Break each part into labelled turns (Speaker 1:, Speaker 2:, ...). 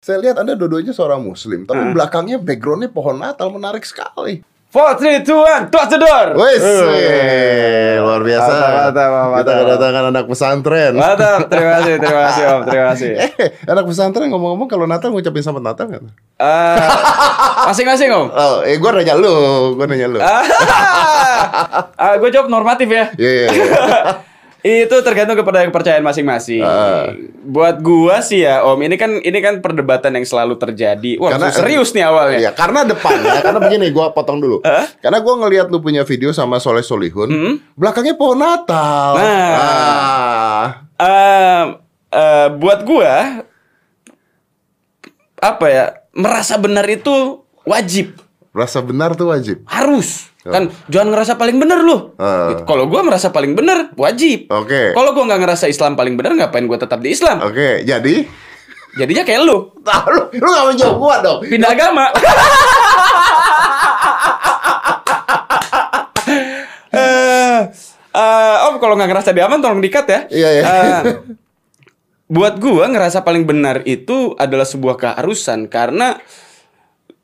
Speaker 1: Saya lihat Anda dua-duanya seorang muslim, tapi
Speaker 2: Hmm.
Speaker 1: belakangnya backgroundnya pohon natal menarik sekali.
Speaker 2: 4, 3, 2, 1, touch the door!
Speaker 1: Wes, eh,
Speaker 2: Eh.
Speaker 1: luar biasa.
Speaker 2: Mantap, mantap, mantap. Ah.
Speaker 1: Kita kedatangan anak pesantren.
Speaker 2: Mantap, terima kasih, terima kasih Om, terima kasih.
Speaker 1: Eh, anak pesantren ngomong-ngomong kalau Natal ngucapin selamat Natal nggak?
Speaker 2: Eh, Masing-masing Om.
Speaker 1: Oh, eh gue nanya lu, gue nanya lu.
Speaker 2: Ah, ah, gue jawab normatif ya.
Speaker 1: Iya, iya, iya.
Speaker 2: Itu tergantung kepada kepercayaan masing-masing.
Speaker 1: Ah.
Speaker 2: Buat gua sih ya, Om, ini kan ini kan perdebatan yang selalu terjadi. Wah,
Speaker 1: Karena-
Speaker 2: serius nih awalnya.
Speaker 1: Iya, karena depan ya, karena begini gue potong dulu. Karena gue ngelihat lu punya video sama Soleh Solihun, belakangnya pohon Natal.
Speaker 2: Hmm. Nah.
Speaker 1: Ah.
Speaker 2: Eh, eh, buat gua apa ya? Merasa benar itu wajib,
Speaker 1: Rasa benar tuh wajib.
Speaker 2: harus. Kan jangan ngerasa paling benar lu.
Speaker 1: Ya. Ah.
Speaker 2: Gitu. Kalau gua merasa paling benar, wajib.
Speaker 1: Oke. Ah.
Speaker 2: Kalau gua nggak ngerasa Islam paling benar, ngapain gua tetap di Islam?
Speaker 1: Oke, jadi
Speaker 2: Jadinya kayak lu,
Speaker 1: Nah, lu, lu gak menjawab gua dong.
Speaker 2: pindah agama. Eh, eh, om kalau nggak ngerasa diaman tolong dikat ya.
Speaker 1: Iya, iya.
Speaker 2: Eh, buat gua ngerasa paling benar itu adalah sebuah keharusan karena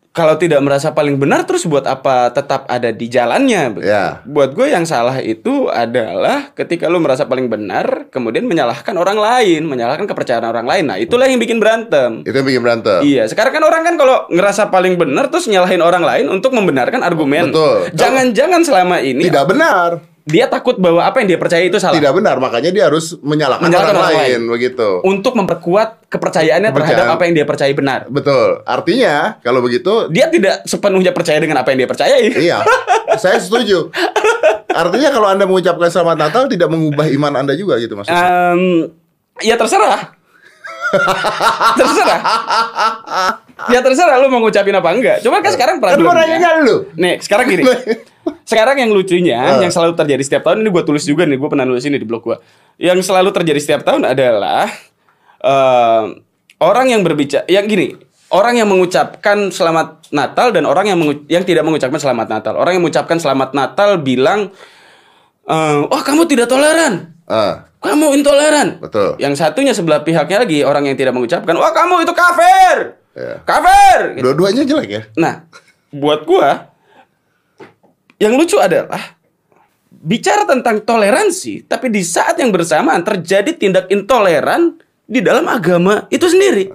Speaker 2: kalau tidak merasa paling benar terus buat apa tetap ada di jalannya?
Speaker 1: Ya.
Speaker 2: Buat gue yang salah itu adalah ketika lu merasa paling benar kemudian menyalahkan orang lain, menyalahkan kepercayaan orang lain. Nah, itulah yang bikin berantem.
Speaker 1: Itu yang bikin berantem.
Speaker 2: Iya, sekarang kan orang kan kalau ngerasa paling benar terus nyalahin orang lain untuk membenarkan argumen.
Speaker 1: Betul.
Speaker 2: Jangan-jangan selama ini
Speaker 1: Tidak benar,
Speaker 2: dia takut bahwa apa yang dia percaya itu salah.
Speaker 1: tidak benar. Makanya dia harus menyalahkan,
Speaker 2: Menyalahkan
Speaker 1: orang,
Speaker 2: orang
Speaker 1: lain, begitu.
Speaker 2: Untuk memperkuat kepercayaannya terhadap
Speaker 1: Kepercayaan.
Speaker 2: apa yang dia percaya benar.
Speaker 1: Betul. Artinya kalau begitu,
Speaker 2: Dia tidak sepenuhnya percaya dengan apa yang dia percayai.
Speaker 1: iya, saya setuju. Artinya kalau anda mengucapkan selamat Natal tidak mengubah iman anda juga gitu maksudnya.
Speaker 2: Em, ya terserah. terserah. Ya terserah lu mau ngucapin apa enggak. Cuma kan sekarang
Speaker 1: Kan gua nanya
Speaker 2: problemnya.
Speaker 1: lu.
Speaker 2: Nih, sekarang gini. Sekarang yang lucunya,
Speaker 1: Ah.
Speaker 2: yang selalu terjadi setiap tahun ini gue tulis juga nih, gue pernah nulis ini di blog gue. Yang selalu terjadi setiap tahun adalah eh, orang yang berbicara, yang gini, orang yang mengucapkan selamat Natal dan orang yang mengu- yang tidak mengucapkan selamat Natal. Orang yang mengucapkan selamat Natal bilang, eh, oh kamu tidak toleran.
Speaker 1: Ah,
Speaker 2: Kamu intoleran.
Speaker 1: Betul.
Speaker 2: Yang satunya sebelah pihaknya lagi orang yang tidak mengucapkan, "Wah, kamu itu kafir."
Speaker 1: Iya.
Speaker 2: Kafir. Gitu.
Speaker 1: dua-duanya jelek ya.
Speaker 2: Nah, buat gua yang lucu adalah bicara tentang toleransi, tapi di saat yang bersamaan terjadi tindak intoleran di dalam agama itu sendiri.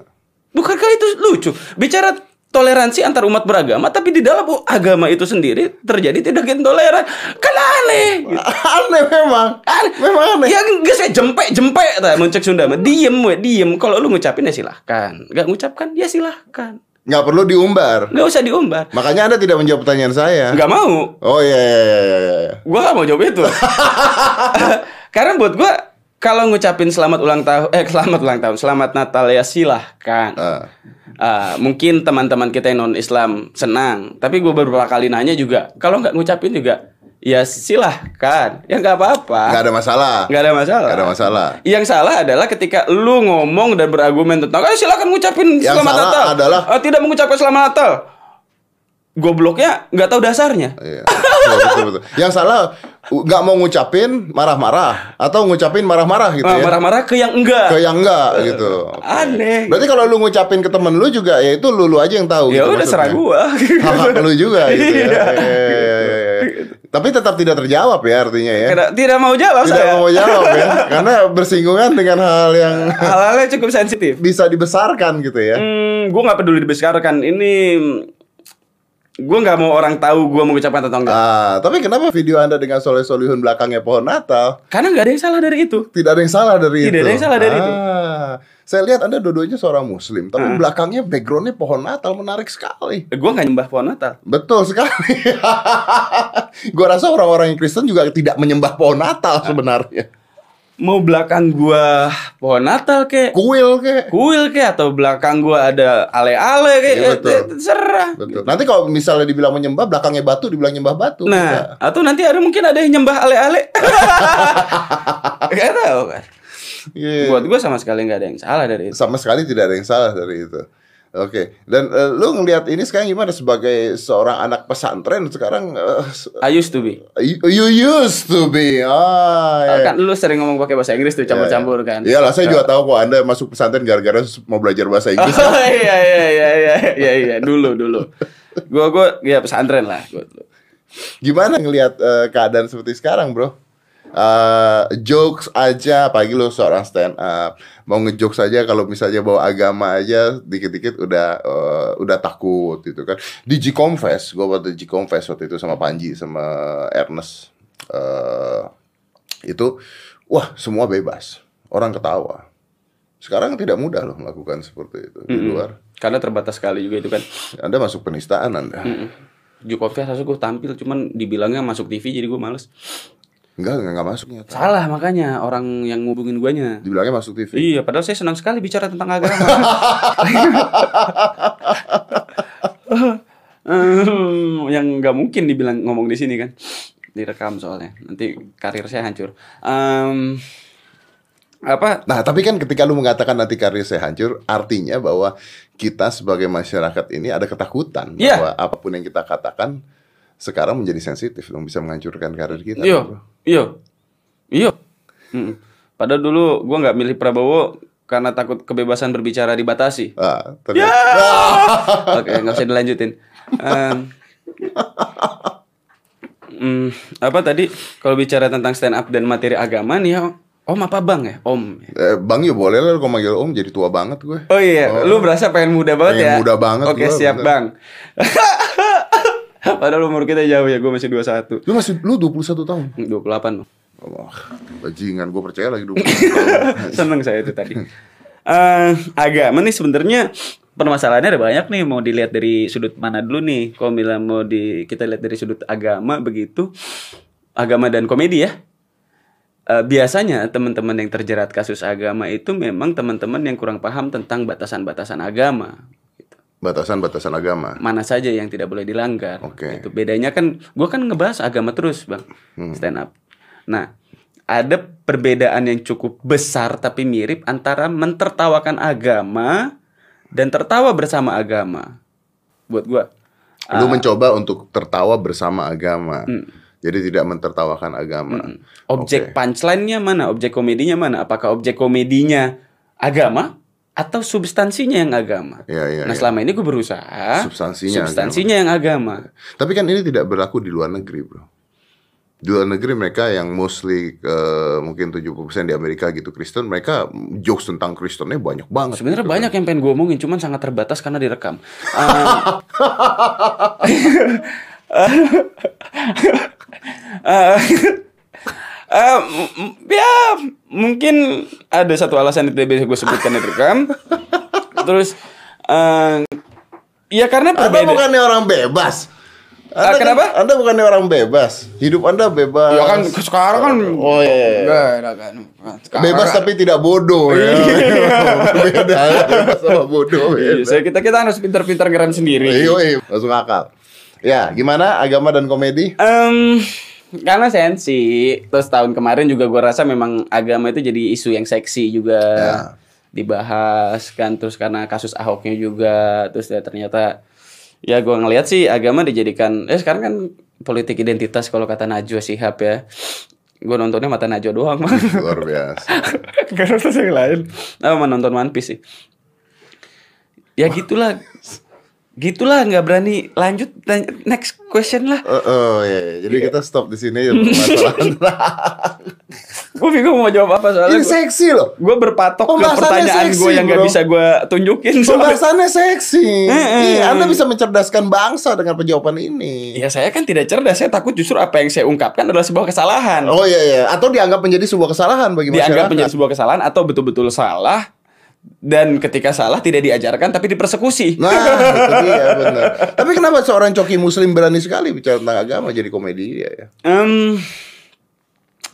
Speaker 2: Bukankah itu lucu? Bicara toleransi antar umat beragama, tapi di dalam agama itu sendiri terjadi tindak intoleran. Kan aneh. gitu.
Speaker 1: aneh memang.
Speaker 2: Aneh.
Speaker 1: Memang aneh.
Speaker 2: Ya geus saya jempek jempek ta muncak Sunda mah. Diem we, diem. Kalau lu ngucapin ya silahkan. Gak ngucapkan ya silahkan.
Speaker 1: Nggak perlu diumbar.
Speaker 2: Gak usah diumbar.
Speaker 1: Makanya anda tidak menjawab pertanyaan saya.
Speaker 2: Gak mau.
Speaker 1: Oh iya iya iya iya. iya.
Speaker 2: Gua gak mau jawab itu. Karena buat gua kalau ngucapin selamat ulang tahun eh selamat ulang tahun, selamat Natal ya silahkan.
Speaker 1: Ah.
Speaker 2: Ah, mungkin teman-teman kita yang non Islam senang, tapi gue beberapa kali nanya juga, kalau nggak ngucapin juga, ya silahkan, ya nggak apa-apa.
Speaker 1: Nggak ada masalah.
Speaker 2: Nggak ada masalah.
Speaker 1: Nggak ada masalah.
Speaker 2: Yang salah adalah ketika lu ngomong dan berargumen tentang, "Eh, silakan ngucapin
Speaker 1: Yang
Speaker 2: selamat
Speaker 1: salah
Speaker 2: Natal."
Speaker 1: adalah-
Speaker 2: "Eh, tidak mengucapkan selamat Natal. Gobloknya nggak tahu dasarnya.
Speaker 1: Iya, betul, betul, betul. Yang salah u- nggak mau ngucapin marah-marah atau ngucapin marah-marah gitu
Speaker 2: Nah,
Speaker 1: ya.
Speaker 2: Marah-marah ke yang
Speaker 1: Ke
Speaker 2: enggak.
Speaker 1: yang enggak gitu. Oke.
Speaker 2: Aneh.
Speaker 1: Berarti kalau lu ngucapin ke temen lu juga ya itu lu, lu aja yang tahu.
Speaker 2: Ya
Speaker 1: gitu
Speaker 2: udah
Speaker 1: maksudnya.
Speaker 2: serah gua.
Speaker 1: Hak-hak lu juga gitu ya.
Speaker 2: Iya.
Speaker 1: Iya, iya, iya, iya. Tapi tetap tidak terjawab ya artinya ya.
Speaker 2: Karena tidak mau jawab
Speaker 1: Tidak
Speaker 2: saya.
Speaker 1: mau jawab ya. Karena bersinggungan dengan hal yang
Speaker 2: Hal-halnya cukup sensitif.
Speaker 1: bisa dibesarkan gitu ya.
Speaker 2: Hmm, gue nggak peduli dibesarkan. Ini gue nggak mau orang tahu gue mengucapkan atau enggak.
Speaker 1: Ah, tapi kenapa video Anda dengan Soleh Solihun belakangnya pohon Natal?
Speaker 2: Karena nggak ada yang salah dari itu.
Speaker 1: Tidak ada yang salah dari itu.
Speaker 2: Tidak
Speaker 1: Ah.
Speaker 2: ada yang salah dari itu. Ah.
Speaker 1: Saya lihat Anda dua-duanya seorang muslim, tapi belakangnya backgroundnya pohon Natal menarik sekali.
Speaker 2: Gue nggak nyembah pohon Natal.
Speaker 1: Betul sekali. gua rasa orang-orang yang Kristen juga tidak menyembah pohon Natal
Speaker 2: Ah.
Speaker 1: sebenarnya.
Speaker 2: Mau belakang gue pohon Natal kek,
Speaker 1: Kuil kek.
Speaker 2: kuil kek, atau belakang gue ada ale-ale kek,
Speaker 1: Iya, betul.
Speaker 2: eh, serah.
Speaker 1: Betul. Nanti kalau misalnya dibilang menyembah, belakangnya batu dibilang nyembah batu. Bisa.
Speaker 2: Nah, atau nanti ada mungkin ada yang nyembah ale-ale. gak tahu kan.
Speaker 1: Iya.
Speaker 2: Buat gue sama sekali nggak ada yang salah dari itu.
Speaker 1: sama sekali tidak ada yang salah dari itu. Oke, dan eh, lu ngelihat ini sekarang gimana sebagai seorang anak pesantren sekarang eh, s-
Speaker 2: I used to be.
Speaker 1: you, you used to be ah ya.
Speaker 2: Kan lu sering ngomong pakai bahasa Inggris tuh
Speaker 1: Iya,
Speaker 2: campur-campur kan.
Speaker 1: Iyalah, saya juga tahu kok Anda masuk pesantren gara-gara mau belajar bahasa Inggris.
Speaker 2: Oh, iya iya iya iya iya iya dulu dulu. Gua gua ya pesantren lah gua. dulu.
Speaker 1: Gimana ngelihat eh, keadaan seperti sekarang, Bro? Eh, jokes aja, pagi lu seorang stand up. Mau ngejokes aja kalau misalnya bawa agama aja dikit-dikit udah eh, udah takut gitu kan. Di G Confess, gua waktu G Confess waktu itu sama Panji sama Ernest eh, itu wah semua bebas. Orang ketawa. Sekarang tidak mudah loh melakukan seperti itu di luar.
Speaker 2: Karena terbatas sekali juga itu kan.
Speaker 1: Anda masuk penistaan Anda.
Speaker 2: Hmm. Jukovic harusnya gue tampil cuman dibilangnya masuk TV jadi gue males.
Speaker 1: Enggak, enggak, enggak masuk nyata.
Speaker 2: Salah makanya orang yang ngubungin guanya.
Speaker 1: Dibilangnya masuk TV.
Speaker 2: Iya, padahal saya senang sekali bicara tentang agama. Hmm, yang nggak mungkin dibilang ngomong di sini kan direkam soalnya nanti karir saya hancur Em, apa
Speaker 1: Nah, tapi kan ketika lu mengatakan nanti karir saya hancur, artinya bahwa kita sebagai masyarakat ini ada ketakutan
Speaker 2: Iya.
Speaker 1: bahwa apapun yang kita katakan sekarang menjadi sensitif dong bisa menghancurkan karir kita.
Speaker 2: Iya, iya, iya. Mm. Padahal dulu gua nggak milih Prabowo karena takut kebebasan berbicara dibatasi.
Speaker 1: Ah,
Speaker 2: Ya.
Speaker 1: ternyata-
Speaker 2: Oke, nggak usah dilanjutin. Em, mm, apa tadi kalau bicara tentang stand up dan materi agama nih ya, Om apa Bang ya? Om.
Speaker 1: Eh, Bang ya boleh lah kalau manggil Om jadi tua banget gue.
Speaker 2: Oh iya, lu berasa pengen muda banget
Speaker 1: Pengen
Speaker 2: ya?
Speaker 1: muda banget
Speaker 2: Oke,
Speaker 1: gua,
Speaker 2: siap
Speaker 1: bener.
Speaker 2: Bang. Padahal umur kita jauh ya, gua masih 21.
Speaker 1: Lu masih lu 21 tahun.
Speaker 2: 28. Bang.
Speaker 1: Wah, bajingan gue percaya lagi 21 tahun.
Speaker 2: Seneng saya itu tadi. Eh, agama nih sebenarnya permasalahannya ada banyak nih mau dilihat dari sudut mana dulu nih. Kalau bila mau di kita lihat dari sudut agama begitu, agama dan komedi ya. Eh, biasanya teman-teman yang terjerat kasus agama itu memang teman-teman yang kurang paham tentang batasan-batasan agama. Gitu.
Speaker 1: Batasan-batasan agama.
Speaker 2: Mana saja yang tidak boleh dilanggar.
Speaker 1: Oke.
Speaker 2: Gitu. Bedanya kan, gue kan ngebahas agama terus bang, stand up. Nah, ada perbedaan yang cukup besar tapi mirip antara mentertawakan agama dan tertawa bersama agama. Buat gua Ah.
Speaker 1: Lu mencoba untuk tertawa bersama agama.
Speaker 2: Mm.
Speaker 1: Jadi tidak mentertawakan agama.
Speaker 2: Um, objek punchline-nya mana, objek komedinya mana? Apakah objek komedinya agama atau substansinya yang agama?
Speaker 1: Ya, ya,
Speaker 2: nah,
Speaker 1: ya.
Speaker 2: selama ini gue berusaha
Speaker 1: Substansinya
Speaker 2: substansinya yang agama.
Speaker 1: Tapi kan ini tidak berlaku di luar negeri, Bro. Di luar negeri mereka yang mostly eh, mungkin 70% di Amerika gitu Kristen, mereka jokes tentang Kristennya banyak banget.
Speaker 2: Sebenarnya banyak yang pengen gue omongin, cuman sangat terbatas karena direkam. Eh, eh, m- ya mungkin ada satu alasan yang tidak bisa gue sebutkan yang direkam. Terus eh, ya karena
Speaker 1: Anda
Speaker 2: perbedaan.
Speaker 1: bukannya orang bebas. Anda
Speaker 2: Ah, kenapa?
Speaker 1: Kan, anda bukannya orang bebas. Hidup Anda bebas.
Speaker 2: Ya kan sekarang kan
Speaker 1: Oh iya, iya, iya.
Speaker 2: Enggak, enggak, enggak. Sekarang
Speaker 1: Bebas
Speaker 2: kan-
Speaker 1: tapi tidak bodoh ya. beda bebas sama bodoh.
Speaker 2: Iya,
Speaker 1: beda.
Speaker 2: saya kita kita harus pintar-pintar ngerem sendiri.
Speaker 1: Iya, iya, masuk akal. Ya, gimana agama dan komedi?
Speaker 2: Em, karena sensi terus tahun kemarin juga gua rasa memang agama itu jadi isu yang seksi juga
Speaker 1: Ya.
Speaker 2: dibahas kan terus karena kasus ahoknya juga terus ya ternyata ya gua ngelihat sih agama dijadikan eh sekarang kan politik identitas kalau kata Najwa Sihab ya gue nontonnya mata Najwa doang mah
Speaker 1: Luar biasa.
Speaker 2: gak nonton yang lain oh, menonton One Piece sih ya gitulah gitulah nggak berani lanjut tanya- next question lah
Speaker 1: Oh, oh, iya, iya. Jadi kita stop di sini ya permasalahan.
Speaker 2: gue bingung mau jawab apa soalnya
Speaker 1: Ini seksi loh.
Speaker 2: gue berpatok ke
Speaker 1: Pembahasannya
Speaker 2: pertanyaan
Speaker 1: seksi,
Speaker 2: gue yang gak
Speaker 1: bro.
Speaker 2: bisa gue tunjukin soalnya. Eh,
Speaker 1: Pembahasannya seksi.
Speaker 2: Heeh.
Speaker 1: Iya, Anda bisa mencerdaskan bangsa dengan penjawaban ini.
Speaker 2: ya saya kan tidak cerdas saya takut justru apa yang saya ungkapkan adalah sebuah kesalahan
Speaker 1: Oh iya iya, atau dianggap menjadi sebuah kesalahan bagi
Speaker 2: dianggap menjadi
Speaker 1: masyarakat.
Speaker 2: sebuah kesalahan atau betul-betul salah dan ketika salah tidak diajarkan tapi dipersekusi
Speaker 1: Nah, itu dia benar. Tapi kenapa seorang coki muslim berani sekali bicara tentang agama jadi komedi dia ya?
Speaker 2: Em,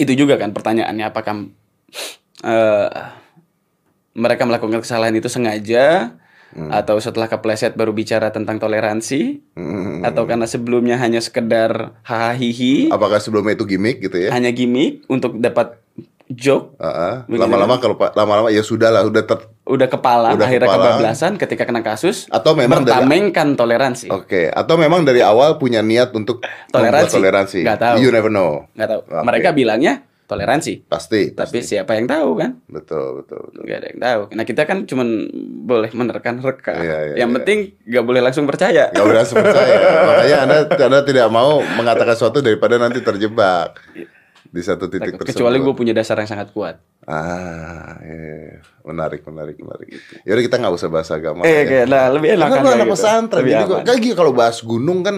Speaker 2: itu juga kan pertanyaannya apakah eh, mereka melakukan kesalahan itu sengaja atau setelah kepleset baru bicara tentang toleransi
Speaker 1: Hmm.
Speaker 2: atau karena sebelumnya hanya sekedar hahihi
Speaker 1: Apakah sebelumnya itu gimmick gitu ya?
Speaker 2: hanya gimmick untuk dapat joke
Speaker 1: Heeh.
Speaker 2: Begini.
Speaker 1: Lama-lama kalau lama-lama ya sudah lah, udah ter-
Speaker 2: udah kepala
Speaker 1: Udah
Speaker 2: akhirnya
Speaker 1: kepalang.
Speaker 2: kebablasan ketika kena kasus
Speaker 1: Atau memang dari-
Speaker 2: bertamengkan toleransi.
Speaker 1: Oke, atau memang dari awal punya niat untuk membuat
Speaker 2: Toleransi.
Speaker 1: toleransi.
Speaker 2: Nggak tahu.
Speaker 1: You never know.
Speaker 2: nggak tahu.
Speaker 1: Oke.
Speaker 2: Mereka bilangnya toleransi,
Speaker 1: Pasti.
Speaker 2: tapi siapa yang tahu kan?
Speaker 1: Betul, betul, betul.
Speaker 2: Nggak ada yang tahu. Nah kita kan cuman boleh menerkan reka.
Speaker 1: Iya, iya,
Speaker 2: yang
Speaker 1: iya.
Speaker 2: penting nggak boleh langsung percaya.
Speaker 1: Gak berasa percaya. Makanya anda, anda tidak mau mengatakan sesuatu daripada nanti terjebak di satu titik tersebut.
Speaker 2: Kecuali gue punya dasar yang sangat kuat.
Speaker 1: Ah, iya, iya. menarik, menarik, menarik. Yaudah kita nggak usah bahas agama. Iya.
Speaker 2: Eh,
Speaker 1: kayaknya.
Speaker 2: kayak lah lebih enak
Speaker 1: Karena
Speaker 2: kan
Speaker 1: gue
Speaker 2: kayak
Speaker 1: anak
Speaker 2: gitu.
Speaker 1: pesantren,
Speaker 2: Lebih
Speaker 1: jadi gue
Speaker 2: aman.
Speaker 1: kayak gini kalau bahas gunung kan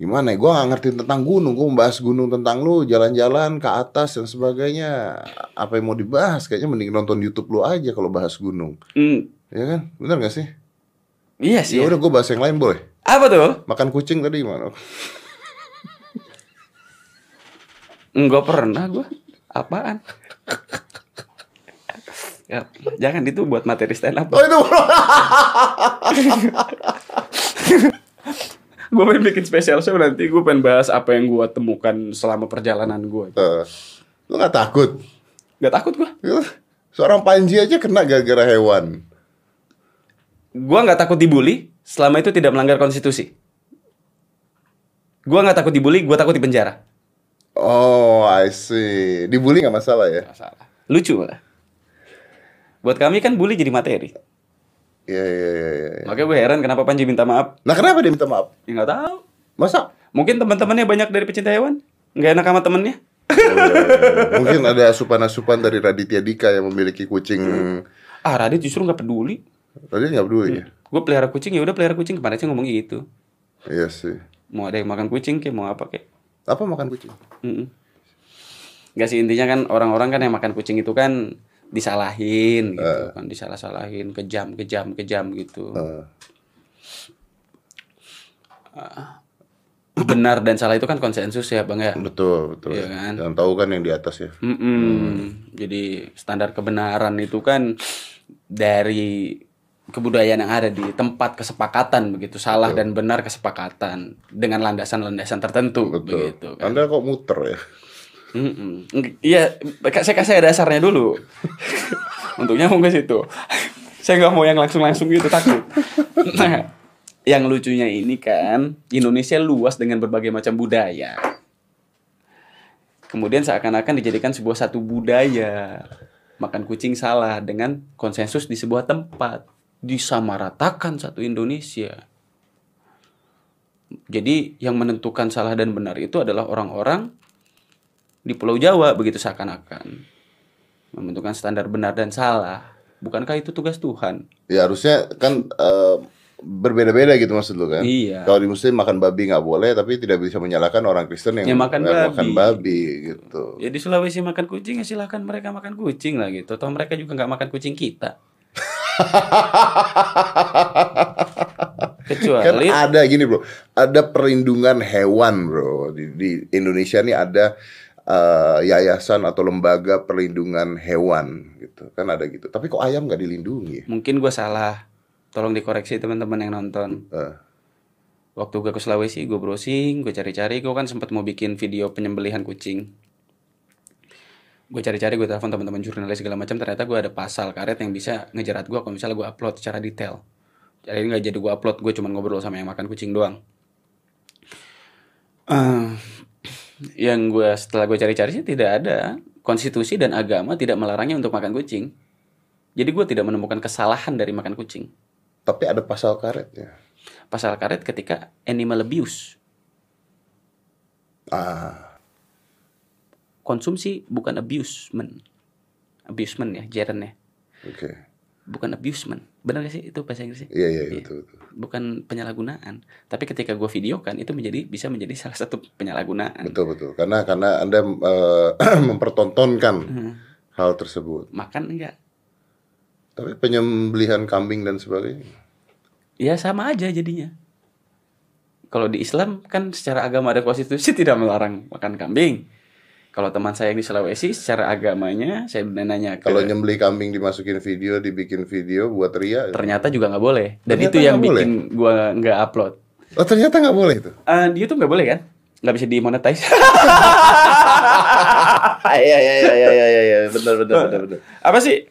Speaker 1: gimana ya? Gue nggak ngerti tentang gunung, gue bahas gunung tentang lu jalan-jalan ke atas dan sebagainya. Apa yang mau dibahas? Kayaknya mending nonton YouTube lu aja kalau bahas gunung,
Speaker 2: Hmm,
Speaker 1: ya kan? Bener gak sih?
Speaker 2: iya sih.
Speaker 1: Ya udah gue bahas yang lain boleh.
Speaker 2: Apa tuh?
Speaker 1: Makan kucing tadi gimana?
Speaker 2: Enggak pernah gue. Apaan? Ya, jangan itu buat materi stand up.
Speaker 1: Oh itu
Speaker 2: gue pengen bikin spesial show nanti gue pengen bahas apa yang gue temukan selama perjalanan gue.
Speaker 1: Tuh. Eh, Lu gak takut?
Speaker 2: Gak takut gue.
Speaker 1: Seorang Panji aja kena gara-gara hewan.
Speaker 2: Gua nggak takut dibully selama itu tidak melanggar konstitusi. Gua nggak takut dibully, gua takut dipenjara.
Speaker 1: Oh, I see. Dibully gak masalah ya?
Speaker 2: Salah. Lucu malah. Buat kami kan bully jadi materi.
Speaker 1: Iya, iya, iya. iya.
Speaker 2: Makanya gue heran kenapa Panji minta maaf.
Speaker 1: Nah, kenapa dia minta maaf?
Speaker 2: Ya nggak tahu.
Speaker 1: Masa?
Speaker 2: Mungkin teman-temannya banyak dari pecinta hewan. Nggak enak sama temennya.
Speaker 1: Mungkin ada asupan-asupan dari Raditya Dika yang memiliki kucing.
Speaker 2: Ah Radit justru nggak peduli.
Speaker 1: Raditya nggak peduli ya?
Speaker 2: Gue pelihara kucing ya udah pelihara kucing kemarin sih ngomong gitu.
Speaker 1: Iya sih.
Speaker 2: Mau ada yang makan kucing kayak mau apa kayak.
Speaker 1: Apa makan kucing?
Speaker 2: Mm Gak sih intinya kan orang-orang kan yang makan kucing itu kan disalahin gitu kan disalah-salahin kejam kejam kejam gitu
Speaker 1: Eh,
Speaker 2: benar dan salah itu kan konsensus ya bang ya
Speaker 1: betul, betul.
Speaker 2: Iya kan?
Speaker 1: Yang tahu kan yang di atas ya.
Speaker 2: Mm-mm. jadi standar kebenaran itu kan dari kebudayaan yang ada di tempat kesepakatan begitu salah dan benar kesepakatan dengan landasan-landasan tertentu
Speaker 1: Betul.
Speaker 2: begitu kan
Speaker 1: Anda kok muter ya?
Speaker 2: Mm-mm. Iya, Kak, saya kasih dasarnya dulu. Untuk nyambung ke situ. saya nggak mau yang langsung-langsung gitu takut. Nah, yang lucunya ini kan Indonesia luas dengan berbagai macam budaya. Kemudian seakan-akan dijadikan sebuah satu budaya. Makan kucing salah dengan konsensus di sebuah tempat. Disamaratakan satu Indonesia. Jadi yang menentukan salah dan benar itu adalah orang-orang di Pulau Jawa begitu seakan-akan membentukkan standar benar dan salah. Bukankah itu tugas Tuhan?
Speaker 1: Ya harusnya kan eh, berbeda-beda gitu maksud lu kan?
Speaker 2: Iya.
Speaker 1: Kalau di muslim makan babi nggak boleh, tapi tidak bisa menyalahkan orang Kristen yang,
Speaker 2: Yang makan
Speaker 1: eh,
Speaker 2: babi.
Speaker 1: makan babi gitu.
Speaker 2: Ya di Sulawesi makan kucing ya silahkan mereka makan kucing lah gitu. Toh mereka juga nggak makan kucing kita.
Speaker 1: Kan
Speaker 2: Kecuali
Speaker 1: ada gini bro, ada perlindungan hewan bro di, di Indonesia nih ada eh, yayasan atau lembaga perlindungan hewan gitu kan ada gitu. Tapi kok ayam nggak dilindungi? ya?
Speaker 2: mungkin gue salah. Tolong dikoreksi teman-teman yang nonton.
Speaker 1: Eh,
Speaker 2: Waktu gue ke Sulawesi, gue browsing, gue cari-cari, gue kan sempat mau bikin video penyembelihan kucing. Gue cari-cari, gue telepon teman-teman jurnalis segala macam, ternyata gue ada pasal karet yang bisa ngejerat gue kalau misalnya gue upload secara detail. Jadi nggak jadi gue upload, gue cuma ngobrol sama yang makan kucing doang. Eh, yang gue setelah gue cari-cari sih tidak ada konstitusi dan agama tidak melarangnya untuk makan kucing. Jadi gue tidak menemukan kesalahan dari makan kucing.
Speaker 1: tapi ada pasal karet ya.
Speaker 2: Pasal karet ketika animal abuse.
Speaker 1: Ah,
Speaker 2: konsumsi bukan abusement. Abusement ya, Jaren ya.
Speaker 1: oke.
Speaker 2: Bukan abusement. Benar gak sih itu bahasa Inggrisnya?
Speaker 1: Iya iya
Speaker 2: Iya.
Speaker 1: betul betul
Speaker 2: Bukan penyalahgunaan. Tapi ketika gue videokan itu menjadi bisa menjadi salah satu penyalahgunaan.
Speaker 1: betul betul. Karena karena anda eh, mempertontonkan
Speaker 2: Hmm.
Speaker 1: hal tersebut.
Speaker 2: Makan enggak?
Speaker 1: Tapi penyembelihan kambing dan sebagainya.
Speaker 2: Ya sama aja jadinya. Kalau di Islam kan secara agama ada konstitusi tidak melarang makan kambing. Kalau teman saya yang di Sulawesi secara agamanya saya nanya ke
Speaker 1: Kalau nyembelih kambing dimasukin video, dibikin video buat ria.
Speaker 2: ternyata juga nggak boleh. Dan
Speaker 1: Ternyata
Speaker 2: itu yang
Speaker 1: nggak boleh.
Speaker 2: bikin gua nggak upload.
Speaker 1: Oh ternyata nggak boleh itu.
Speaker 2: Eh, di YouTube nggak boleh kan? Nggak bisa dimonetize. iya.
Speaker 1: Ah, iya iya iya iya iya iya benar benar benar benar.
Speaker 2: apa sih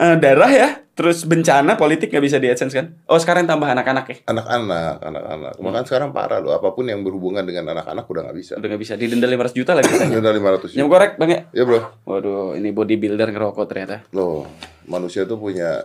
Speaker 2: eh, darah ya, terus bencana politik nggak bisa di AdSense kan? Oh sekarang tambah anak-anak ya,
Speaker 1: anak-anak, anak-anak. Makanya sekarang parah loh. Apapun yang berhubungan dengan anak-anak udah nggak bisa.
Speaker 2: udah nggak bisa didenda 500 juta lagi. katanya.
Speaker 1: Udah 500
Speaker 2: Nyam
Speaker 1: juta.
Speaker 2: korek bang ya?
Speaker 1: Ya bro,
Speaker 2: Waduh, ini bodybuilder ngerokok ternyata.
Speaker 1: loh manusia tuh punya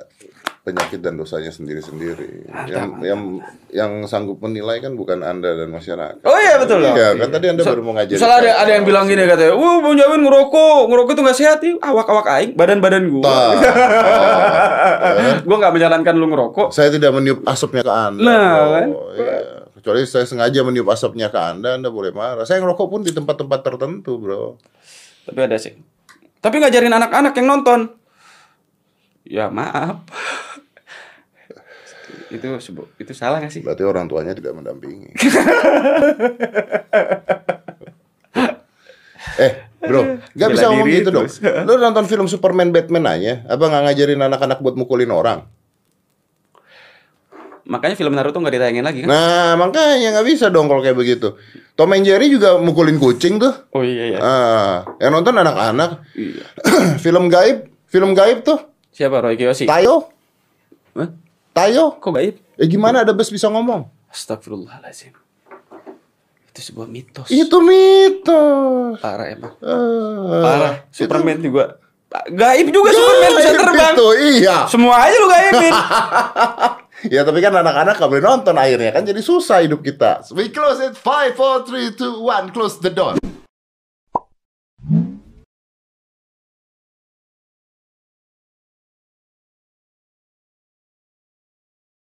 Speaker 1: penyakit dan dosanya sendiri-sendiri. Yang yang yang sanggup menilai kan bukan anda dan masyarakat.
Speaker 2: Oh iya betul loh.
Speaker 1: Iya, kan tadi anda baru mau ngajarin.
Speaker 2: Misalnya ada,
Speaker 1: saya.
Speaker 2: ada yang bilang gini katanya, "Wah, Bang Jamin ngerokok, ngerokok itu nggak sehat ya, awak-awak aing, badan-badan
Speaker 1: Ah,
Speaker 2: gua."
Speaker 1: ah, eh.
Speaker 2: gua nggak menyarankan lu ngerokok.
Speaker 1: saya tidak meniup asapnya ke anda.
Speaker 2: Nah,
Speaker 1: bro.
Speaker 2: kan?
Speaker 1: Iya. Kecuali saya sengaja meniup asapnya ke anda, anda boleh marah. Saya ngerokok pun di tempat-tempat tertentu, bro.
Speaker 2: Tapi ada sih. Tapi ngajarin anak-anak yang nonton. Ya maaf. itu sebu- itu salah gak sih?
Speaker 1: Berarti orang tuanya tidak mendampingi. eh, bro, nggak bisa
Speaker 2: Bela
Speaker 1: ngomong
Speaker 2: diri
Speaker 1: gitu dong.
Speaker 2: terus.
Speaker 1: Lu nonton film Superman Batman aja, apa nggak ngajarin anak-anak buat mukulin orang?
Speaker 2: Makanya film Naruto nggak ditayangin lagi kan?
Speaker 1: Nah, makanya nggak bisa dong kalau kayak begitu. Tom and Jerry juga mukulin kucing tuh.
Speaker 2: Oh iya iya.
Speaker 1: Ah, yang nonton anak-anak.
Speaker 2: Iya.
Speaker 1: film gaib, film gaib tuh.
Speaker 2: Siapa Roy Kiyoshi?
Speaker 1: Tayo,
Speaker 2: Hah?
Speaker 1: Tayo.
Speaker 2: Kok gaib?
Speaker 1: Eh gimana ada bus bisa ngomong?
Speaker 2: Astagfirullahalazim. Itu sebuah mitos.
Speaker 1: Itu mitos.
Speaker 2: Parah emang.
Speaker 1: Eh,
Speaker 2: Parah.
Speaker 1: itu-
Speaker 2: Superman juga. Gaib juga Superman bisa
Speaker 1: Gaib
Speaker 2: terbang.
Speaker 1: itu, iya.
Speaker 2: Semua aja lu gaibin.
Speaker 1: Ya tapi kan anak-anak gak boleh nonton akhirnya kan jadi susah hidup kita. We close it 5 4 3 2 1 close the door.